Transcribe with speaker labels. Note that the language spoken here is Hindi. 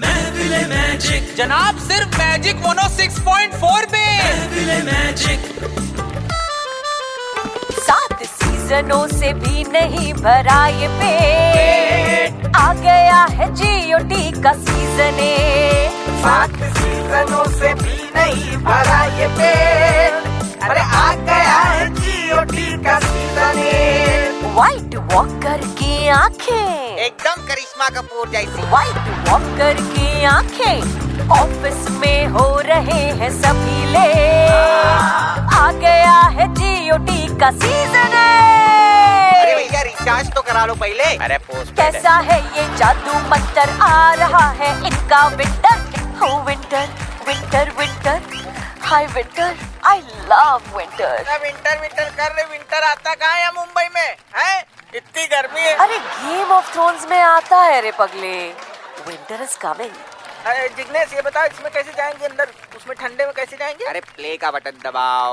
Speaker 1: महफिल मैजिक
Speaker 2: जनाब सिर्फ मैजिक मोनो 6.4 पे
Speaker 1: महफिल मैजिक
Speaker 3: सात सीजनों से भी नहीं भरा ये पेट आ गया है जीओटी का सीजन ए
Speaker 4: सात सीजनों से भी नहीं भरा ये पेट अरे आ गया है जीओटी का सीजन एक।
Speaker 3: व्हाइट वॉकर की आंखें
Speaker 4: एकदम करिश्मा कपूर जैसी
Speaker 3: व्हाइट वॉकर की आंखें ऑफिस में हो रहे हैं सभी ले आ गया है जीओटी का सीजन
Speaker 4: अरे
Speaker 3: ए
Speaker 4: भैया रिचार्ज तो करा लो पहले अरे पोस्ट
Speaker 3: कैसा है ये जादू मंतर आ रहा है इनका विंटर हो winter winter winter hi winter I love winter
Speaker 4: winter winter कर रहे विंटर आता कहाँ है मुंबई में है इतनी गर्मी है
Speaker 3: अरे गेम ऑफ थ्रोन्स में आता है रे पगले विंटर इज कमिंग
Speaker 4: अरे जिग्नेश ये बताओ इसमें कैसे जाएंगे अंदर उसमें ठंडे में कैसे जाएंगे अरे प्ले का बटन दबाओ